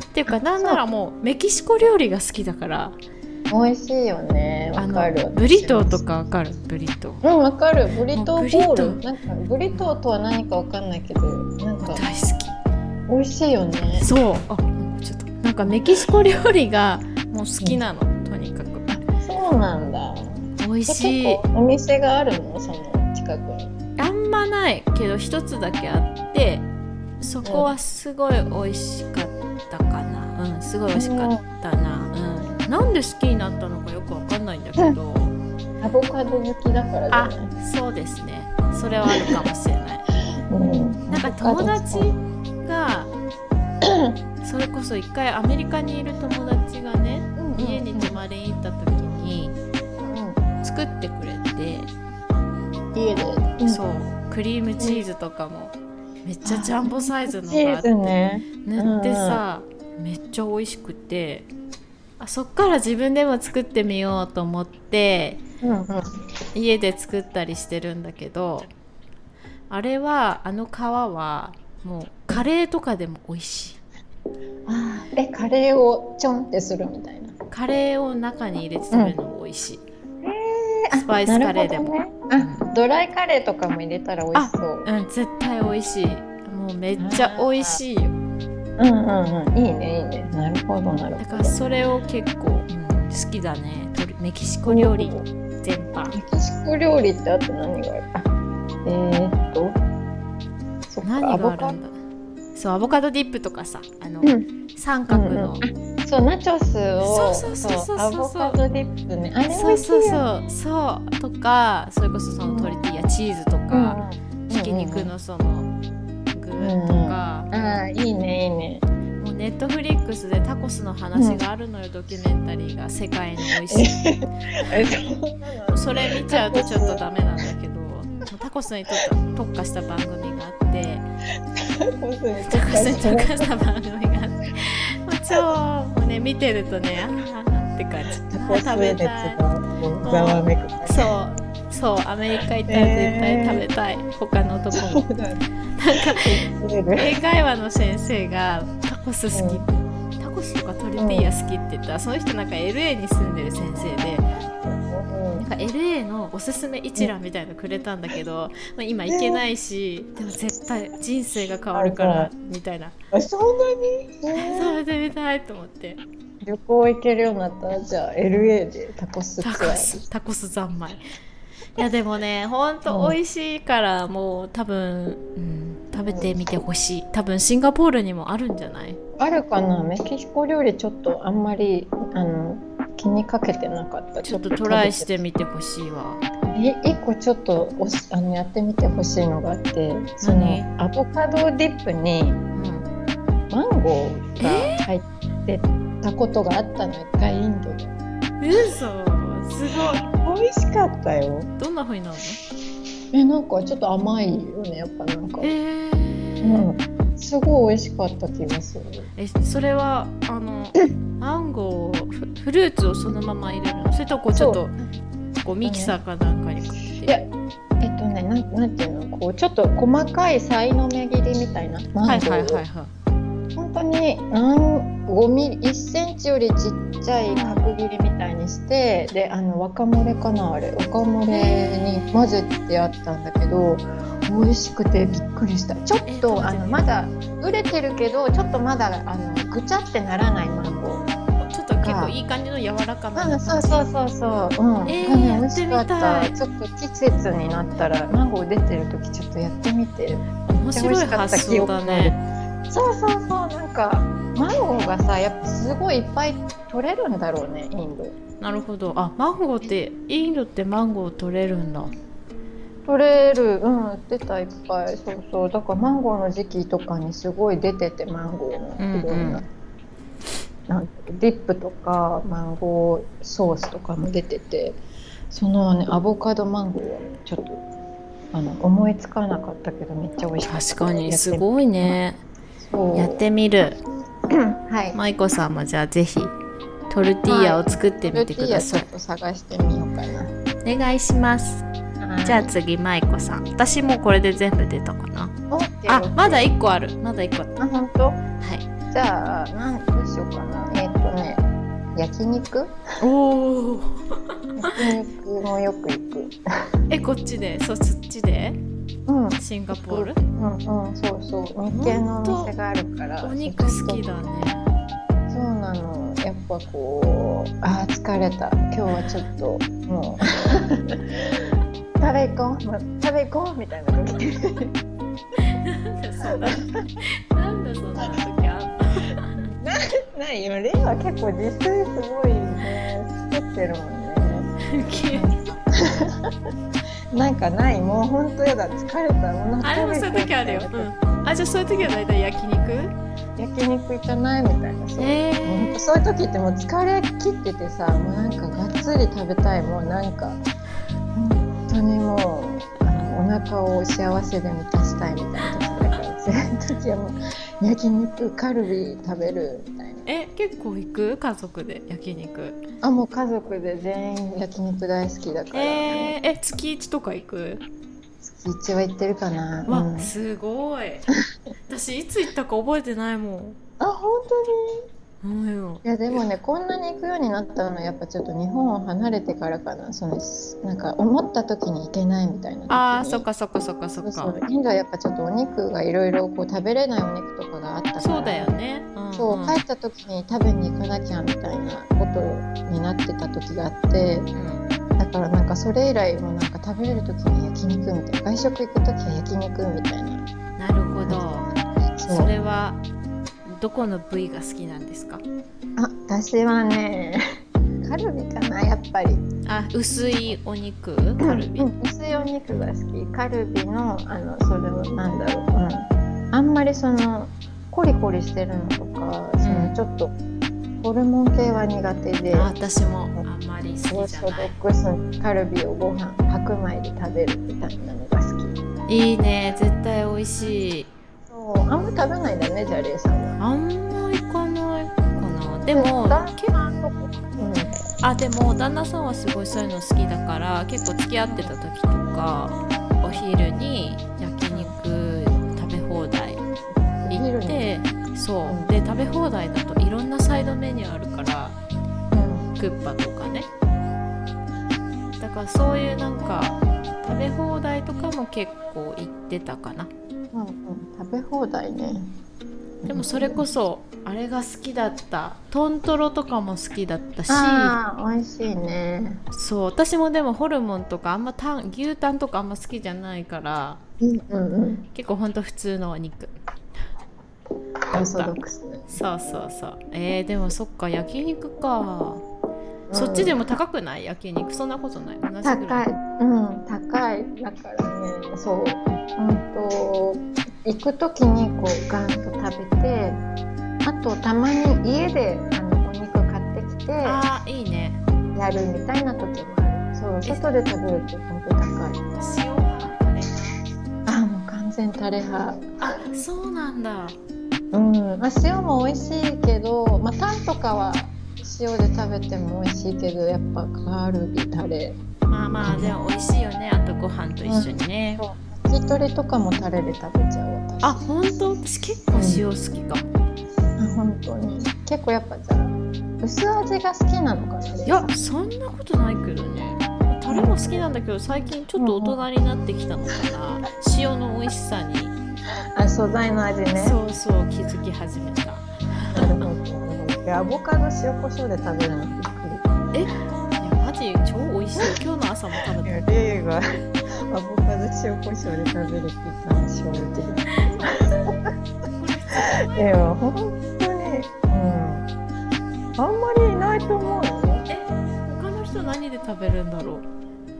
美
ていうかなんならもうメキシコ料理が好きだから
味しいよねわ
あ
かる
のブリトーとかわかるブリトー
うんわかるブリトー
も
ボー
う
ル
ブ
なんかブリトーとは何かわかんないけどなんか
大好き
美味しいよね
そうあちょっとなんかメキシコ料理がもう好きなの、とにかく
そうなんだ
美味し
じ
い
ゃあ結構お店があるのその近くに
あんまないけど一つだけあってそこはすごい美味しかったかなうんすごい美味しかったなうんなんで好きになったのかよくわかんないんだけど
アボカド好きだからじゃ
あ
ない
そうですねそれはあるかもしれない
うん
(laughs) なんか友達が (coughs) それこそ一回アメリカにいる友達がね家に泊まりに行った時に作ってくれて、
家で、
そうクリームチーズとかもめっちゃジャンボサイズの
チ
があ
ー
って
ズね
塗ってさ、めっちゃ美味しくてあそっから自分でも作ってみようと思って
うんうん
家で作ったりしてるんだけどあれはあの皮はもうカレーとかでも美味しい
あーえカレーをちょんってするみたいな
カレーを中に入れて食べるのも美味しい、
あ
スパイスカレーでも、
なるほどねあドライカレーとかも入れたら美味しそう
うん絶対美味しいもうめっちゃ美味しいよ
うんうんうんいいねいいねなるほどなる
だ
ほ
か
ど
らそれを結構、うん好きだねとりメキシコ料理全般
メキシコ料理ってあと何があるあえー、っとそっか
何があ
ア
る
ボカ
んだそうアボカドディップとかさあの、
ドうん
三角の、
そうナチョス
そ
を
うそうそうそうそう
アボカドディップねあれ美味しいよ
そう
ね
そうそうそうとかそれこそそのトリティーヤチーズとか、
うん
ひき肉のその具とか、
ああいいねいいね
(laughs) もうネットフリックスでタコスの話があるのよ、ドキュメンタリーが世界の美味しい
え (laughs) そうなの
それ見ちゃうとちょっとダメなんだけどタコスにとって特化した番組があってタコスに特化した番組があってもう超もうね見てるとねあーって感じあー食べたいざわ
めく
そうそうアメリカ行ったら絶対食べたい、他のとこも英会話の先生がタコス好き、
う
タコスとかトルティーヤ好きって言ったらその人なんか LA に住んでる先生でなんか LA のおすすめ一覧みたいのくれたんだけど、まあ、今行けないし、でも絶対人生が変わるからみたい (laughs) な
そんなに、
食べてみたいと思って
旅行行けるようになったらじゃあ LA でタコスツア
タ
ー
コスタコス三昧いやでもねほんと美味しいからもう多分、うん、食べてみてほしい多分シンガポールにもあるんじゃない
あるかなメキシコ料理ちょっとあんまりあの気にかけてなかった
ちょっとトライしてみてほしいわ
え一個ちょっとおしあのやってみてほしいのがあってそのアボカドディップに
うん
マンゴーが入ってたことがあったの一回インドで
嘘すごい
美味しかったよ
どんな風になる
えなんかちょっと甘いよねやっぱなんか
のえ
う
ー
んすごい美味しかった気がする
えそれはあのマンゴーをフフルーツをそのまま入れるのそれとこうちょっ
そ
とこうミキサーかなんかにかけ
いや
て
えっとねなんなんていうのこうちょっと細かいさいの目切りみたいなマ
はい
ンゴーを、
はいはいは
本当に何5ミリ1センチよりちっちゃい角切りみたいにしてであの若漏れかなあれ若漏れに混ぜてあったんだけど美味しくてびっくりしたちょっ
えどう
と
だ
あ
った
の
の
まだ売れてるけどちょっとまだあのぐちゃってならないマンゴー
ちょっと結構いい感じの柔らかな
うんそうそうそうそううん、
えー
がね美味しかっ
やったてみ
ちょっと季節になったらマンゴー出てる時ちょっとやってみて
面白い発想だね
そうそうそうなんかマンゴーがさやっぱすごいいっぱい取れるんだろうねインド
なるほどあマンゴーってインドってマンゴー取れるんだ
取れるうん売ってたいっぱいそうそうだからマンゴーの時期とかにすごい出ててマンゴーのいろんな,、
うん
なんかディップとかマンゴーソースとかも出ててそのねアボカドマンゴーはねちょっとあの思いつかなかったけどめっちゃ美味しかった
確かにすごいね
そう
やってみる
はい
舞子さんもじゃあぜひトルティーヤを作ってみ
ル
て
テ
く
ィー
だ
ヤち
さ
ょ
い
っ、と探してみようかな
お願いしますじゃあ次舞子さん私もうこれで全部出たかなあ
あ
まだ1個あるまだ1個あっ
あ本当
たはい
じゃあなんどうしようかなえっ、とね焼肉
おお
焼肉もよく行く
えこっちでそそっちで
うん
シンガポール
うんうんそうそう日系のお店があるから
お肉好きだね
そうなのやっぱこうあー疲れた今日はちょっともう食べ行こうもう食べ行こうみたいな時
なんだ (laughs) そんななんだそんな時あんの
ないよレイは結構自炊すごいね作ってるもんね
急に
なんかないもう本当やだ疲れたも
あれもそういう時あるよ、うん、あじゃあそういう時は大体焼肉
焼肉行かないみたいなそう,、
え
もうほんとそういう時ってもう疲れ切っててさもうなんかがっつり食べたいもうなんか本当にもうあのお腹を幸せで満たしたいみたいな時だからそういう時はもう焼肉カルビ食べるみたいな
え結構行く家族で焼肉
あもう家族で全員焼肉大好きだから、
えー、え月1とか行く
月一は行ってるかな、
わ、
うん
すごい私いつ行ったか覚えてないも
あ本当に
んうん
いやでもねこんなに行くようになったのはやっぱちょっと日本を離れてからかなそのなんか思った時に行けないみたいな時に
あーそっかそっかそっかそ
そう
っ
そう
か
インドはやっぱちょっとお肉がいろいろこう食べれないお肉とかがあったから
そうだよね、うんうん、
そう帰った時に食べに行かなきゃみたいなことになってた時があって
うん
だからなんかそれ以来もなんか食べれる時に焼肉みたいな外食行く時は焼肉みたいな
なるほど
そう
それはどこの部位が好きなんですか
あ私はね (laughs) カルビかなやっぱり
あ薄いお肉カルビ、
うん、薄いお肉が好きカルビのあのそれをなんだろう、うん、あんまりそのコリコリしてるのとか、そのちょっとホルモン系は苦手で
あ私もあんまり
オ
好
ー
きじ
ソ
ゃ
ド
ない
ックスのカルビをご飯白米で食べるみたいなのが好き
いいね絶対美味しい
そうあんま食べないんだねじゃあレイさんは
あんま行かないかなでも
旦
け
那とか
あでも旦那さんはすごいそういうの好きだから結構付き合ってた時とかお昼に焼肉食べ放題
うん
行ってそう、で食べ放題だといろんなサイドメニューあるから
うん
クッパとかねだからそういうなんか食べ放題とかも結構行ってたかな
うんうん食べ放題ね
でもそれこそあれが好きだったトントロとかも好きだったし
あー美味しいね
そう私もでもホルモンとかあんまたん牛タンとかあんま好きじゃないから
うんうんうん
結構ほんと普通のお肉
オーソドックスね
そうそうそうえー、でもそっか焼肉か、そっちでも高くない焼肉そんなことない同じぐ
高
ら
い
い、
うん、高いだからねそう本当行く時にこうガンと食べてあとたまに家であのお肉買ってきてや
あーいいね
るみたいな時もあるそう外で食べると本当高い
塩があれ
あもう完全タレ派
あそうなんだ
うん、まあ、塩も美味しいけど、まあ、タンとかは塩で食べても美味しいけどやっぱカルビタレ
まあまあでも美味しいよねあとご飯と一緒にね、
焼き鳥とかもタレで食べちゃう私
あ本当私結構塩好きかも、
あ本当に結構やっぱじゃあ薄味が好きなのかない
やそんなことないけどねタレも好きなんだけど最近ちょっと大人になってきたのかな、塩の美味しさに
あ素材の味ね
そうそう気づき始めた
なるほどいやアボカド塩コショウで食べるのびっく
いやマジ超美味しい今日の朝も食
り
べ
い
た
やレイが (laughs) アボカド塩コショウで食べるって言ったの衝撃だ (laughs) いや本当にうんあんまりいないと思うよ
他の人何で食べるんだろう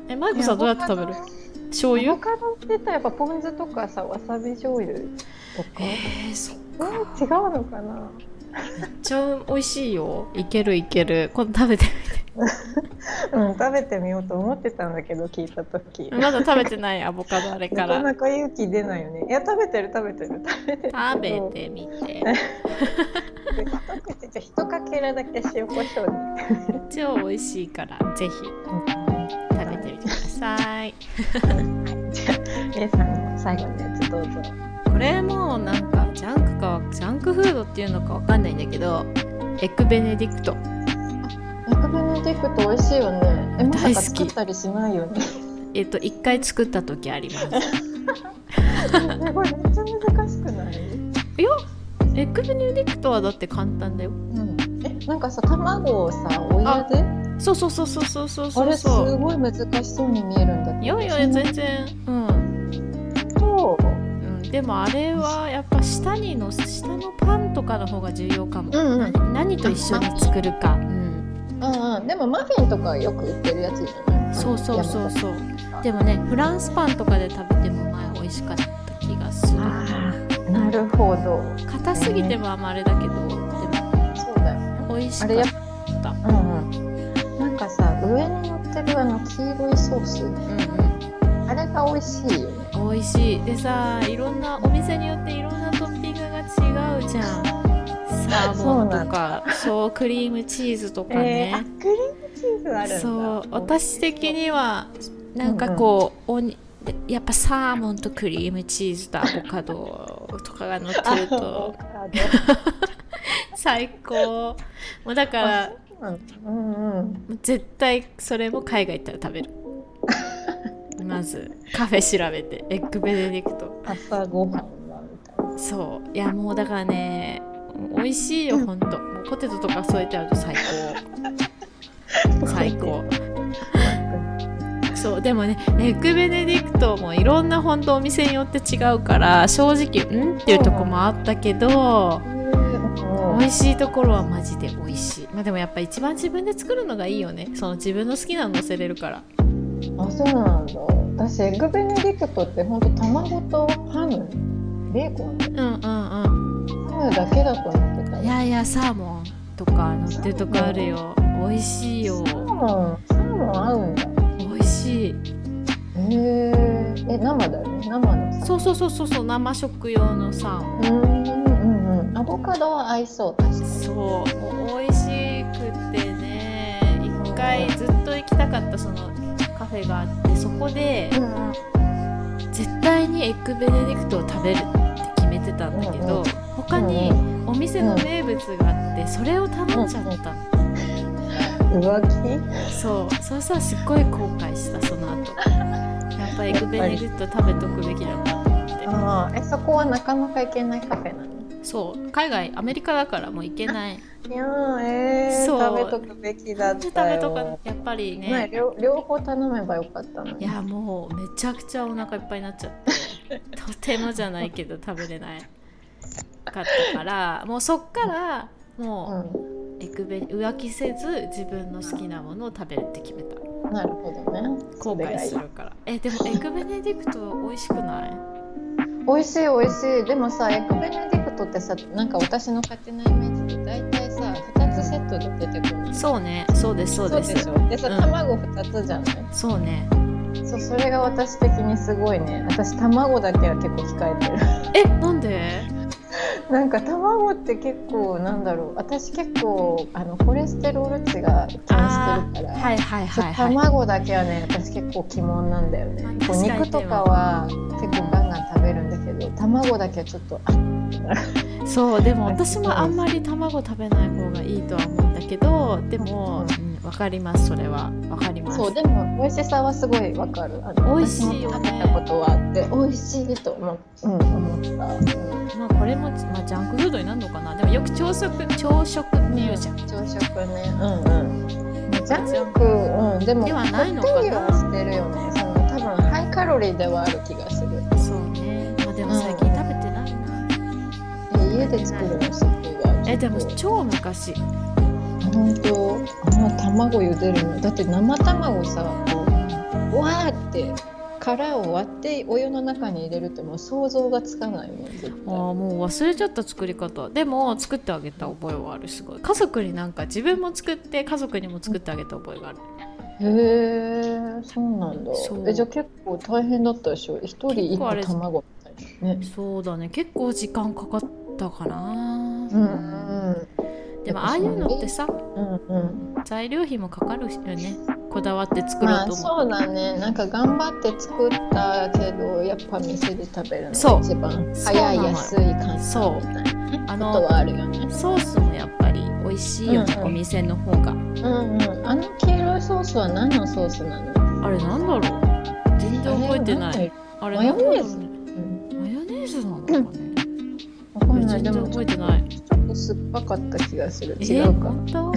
えマイコさんどうやって食べる醤
アボ
油
カドって言ったらやっぱポン酢とかさわさび醤油とか、
えー、そっ
うん
か
違うのかな
ちゃ美味しいよいけるいける今度食べて
うん、食べてみようと思ってたんだけど聞いた時
まだ食べてないアボカドあれか
なからなか勇気出ないよねいや食べてる食べてる食べてる
食べてみて
一口じゃ一かけらだけ塩コショウに
超美味しいからぜひ食べてみてください
レイさん最後のやつどうぞ
これもなんかジャンクかジャンクフードっていうのかわかんないんだけどエッグベネディクト
エクベネディクト美味しいよねえまさ
大好
か
き
作ったりしないよねす
えっと一回作った時あり
(laughs)
ます
ごいめっちゃ難しくない、
いやエッグベネディクトはだって簡単だよ
うん、えなんかさ卵をさお湯で
そうそうそうそうそうそう
あ
そう
れす
そう
ごい難しそうに見えるんだけど
いやいや全然うん
と
うん、でもあれはやっぱ下にの下のパンとかの方が重要かも、
うんうん
何何と一緒に作るか、うん、
うんうんでもマフィンとかよく売ってるやつじゃない
そうそうそう
う
そうでもねフランスパンとかで食べても前美味しかった気がする
あーなるほど
硬すぎてもあんまあれだけどでも
そうだよね
美味し
あ
か
れや
っ
ったぱうんうんなんかさ上に乗ってるあの黄色いソースあれが美味しいよね
うんうん美味しいでさいろんなお店によっていろんなトッピングが違うじゃんサーモンとかそうクリームチーズとかね、
あクリームチーズあるんだ
そう私的にはなんかこう、おにでやっぱサーモンとクリームチーズとアボカドとかが乗ってる
(laughs)
と
あ
最高もうだから
うんうん
絶対それも海外行ったら食 (laughs) べるまずカフェ調べてエッグベネディクト
朝ごはんはみたいな
そういやもうだからね美味しいよほんともうポテトとか添えてあると最 (laughs) 高最 (laughs) 高そうでもねエッグベネディクトもいろんな本当お店によって違うから正直うんっていうとこもあったけど美
う
味しいところはマジで美味しいまあでもやっぱ一番自分で作るのがいいよねその自分の好きなの乗せれるから
んあそうなんだ私エッグベネディクトって本当卵とハムベーコン
うんうん
ハムだけだと思ってた
うんいやいやサーモンとか乗ってるとかあるよ美味しいよ
サーモンサーモン合うんだ
美味しい
へええ生だよね生のさ
そうそうそうそうそう生食用のサーモン
うーんうんうんアボカドは合いそう確か
そうもう美味しくってね一回ずっと行きたかったそのカフェがあってそこで
に、うんうん、
絶対にエッグベネディクトを食べるって決めてたんだけ
うんう
ど
ん
他にお店の名物があってそれを頼んじゃったの
浮
そうそしたらすっごい後悔したその後やっぱエッグベネディクト食べとくべきだったと思
気
っ
ああえそこはなかなか行けないカフェなの
てそう海外アメリカだからもう行けない
いやーえー、
そう
食べとくべきだっ
で食
た
べ
よ
とかやっぱり
ね
ね
両両方頼めばよかったの
い
に
やもうめちゃくちゃお腹いっぱいになっちゃって (laughs) とてもじゃないけど食べれないかったからもうそっから
う
も
ん
うエクベ浮気せず自分の好きなものを食べるって決めた
なるほどね
後悔す
それが
る
い
からえでもエクベネディクト美味しくない
い美味しい美味しいでもさエクベネディクトってさなんか私の勝手なイメージで大体さ2つセットで出てくるの
そうねそうですそうです
でしょでさ、
うん
卵2つじゃない
そうね
そうそれが私的にすごいね私卵だけは結構控えてる (laughs)
えなんで
なんか卵って結構なんだろう私結構あのコレステロール値が気にしてる
あ
か
ー
ら、
はいはい
そう
はいはい
卵だけはね私結構鬼門なんだよね
まあ
こう
確かに
肉とかは結構ガンガン食べるんだけけど卵だけはちょっとあ
そうでも私もあんまり卵食べない方がいいとは思うんだけどでも、うん、分かりますそれは分かります
そうでも美味しさはすごいわかるあの
美味しいよね
私も食べたことはあって美味しいと思,、うん、思った、うん
まあこれも、まあ、ジャンクフードになるのかなでもよく朝食朝食っていうじゃん、
朝食ねうんうんジャンクうんでも
ではないのかな
こってりはしてるよねその多分ハイカロリーではある気がする
そうね、まあ、でも最近食べてないな、
家で作るのすごいわ
えでも超昔
本当あの卵茹でるのだって生卵さこうわーって殻を割ってお湯の中に入れるってもう想像がつかないもん絶対
あーもう忘れちゃった作り方でも作ってあげた覚えはあるすごい家族になんか自分も作って家族にも作ってあげた覚えがある
へえそうなんだ
そう
えじゃあ結構大変だったでしょ一人
結
一
構あ
個
れ
卵みたいなね
そうだね結構時間かかったかな
うん
でもああいうのってさ
うんうん
材料費もかかるよねこだわって作ろう
まあ
と思う、
そうだねなんか頑張って作ったけどやっぱ店で食べるの
そう
が一番
そうな
早い
のよ
安い感じ
そう
みたいなね
あ
こ
の
とはあるよね
ソースもやっぱり美味しいよね、
うんう
お
ん
店の方が
うんうんあの黄色いソースは何のソースなの
あれなんだろう全然覚えてないあれ
マヨネーズ
なんだろ
うん
うねマヨネーズなのかね
わかんない
全
で
然
もち
覚
ょ
え
って
ない
と酸っぱかった気がする
え
違うか
本当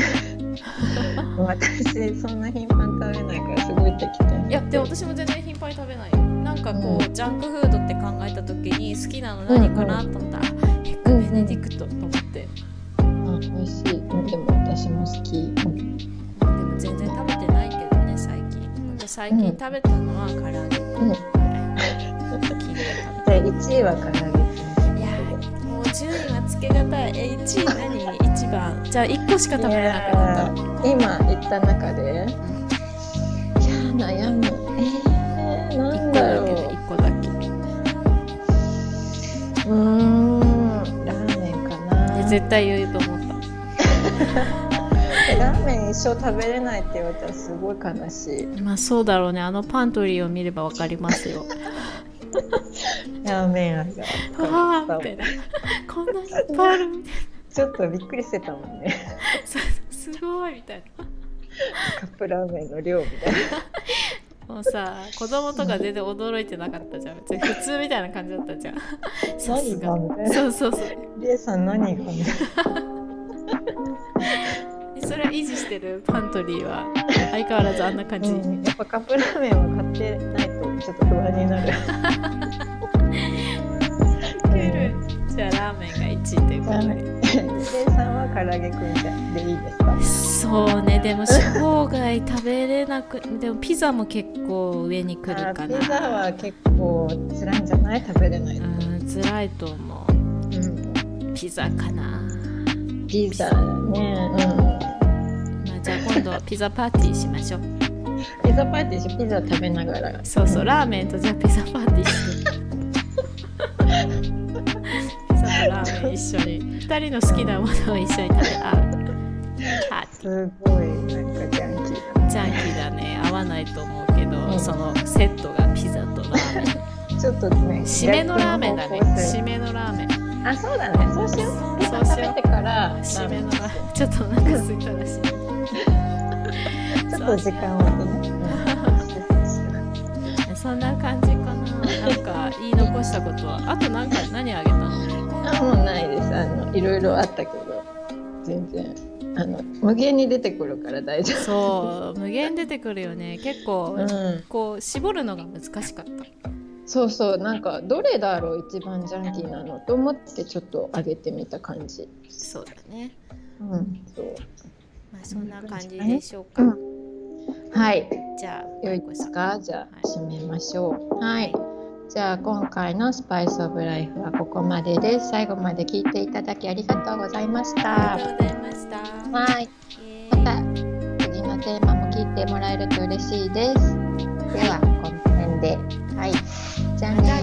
私そんな頻繁に食べないからすごい適当
いやでも私も全然頻繁に食べないよなんかこう、ジャンクフードって考えた時に好きなの何かなと思ったら、あヘッグベネディクトと思って、
うん美味しいうんでも私も好きうん
でも全然食べてないけどね最近ほんと最近食べたのは唐揚げぐ
うん
らい昨日食べた
で1位は唐揚
いやーもう順位はつけがたいえ1位何一番じゃあ1個しか食べれなくなっ
げ今言った中で
た
いや悩むえー、な
1
ん
個
だ
だ
ろ
け
う
ど1個だけ
うーんラーメンかな
え絶対言うと思った
ラーメン一生食べれないって言われたらすごい悲しい
まあそうだろうねあのパントリーを見ればわかりますよ
ラーメン味が
わーみたいなこんなにいっぱいあるみたい
ちょっとびっくりしてたもんね
なそうすごいみたい
カップラーメンの量みたいな
なもうさ子供とか全然驚いてなかったじゃん別に普通みたいな感じだったじゃんさす
何が
が
みたいな
そうそうそう
リエさん何がみたい
えそれは維持してるパントリーは相変わらずあんな感
な、
じ、
やっぱカップラーメンは買ってないとちょっと不安に
(laughs)
なる
ウケるじゃあラーメンが1位というこ
ラー
と
メ
で
ンリエさんは唐揚げくんでいいですか
そうねでも生涯食べれなくでもピザも結構上に来る
あ
か
ーピザ
な
は結構辛いんじゃない食べれない、
うん辛いと思う
うん、
ピザかな、
ピザねうん
まあ、じゃあ今度はピザパーティーしましょう
ピザパーティーしピザ食べながら
そうそうラーメンとじゃあピザパーティーしてピザとラーメン一緒に2人の好きなものを一緒に食べ合うパーティー
すごいなんかジャンキーだ
ジャンキーだね合わないと思うけど、
うん
そのセットがピザとラーメン
ちょっとね
締めのラーメンだね
逆の方向性
締めのラーメン
あそうだねそうしようピ
そ
ザ
うし
食
よう
べてから
締めの
ち
ラーメンちょっとお腹すいたらしい (laughs)
ょっと時間を置いてね
そんな感じかななんか言い残したことはあとなんか何あげたの
あもうないですあのいろいろあったけど全然あの無限に出てくるから大丈
そう無限出てくるよね結構、
夫うん
こう絞るのが難しかった
そうそうなんかどれだろう一番ジャンキーなのと思ってちょっと上げてみた感じ
そうだね
うんそう
まあそんな感じでしょうか、
うんはい
じゃあ
良いですかじゃあ締めましょうはいじゃあ今回の「スパイス・オブ・ライフ」はここまでです最後まで聞いていただきありがとうございまし
あり
た
がとうございました
はい
イエーイ
また次のテーマも聞いてもらえると嬉しいですではこの辺ではいじゃあね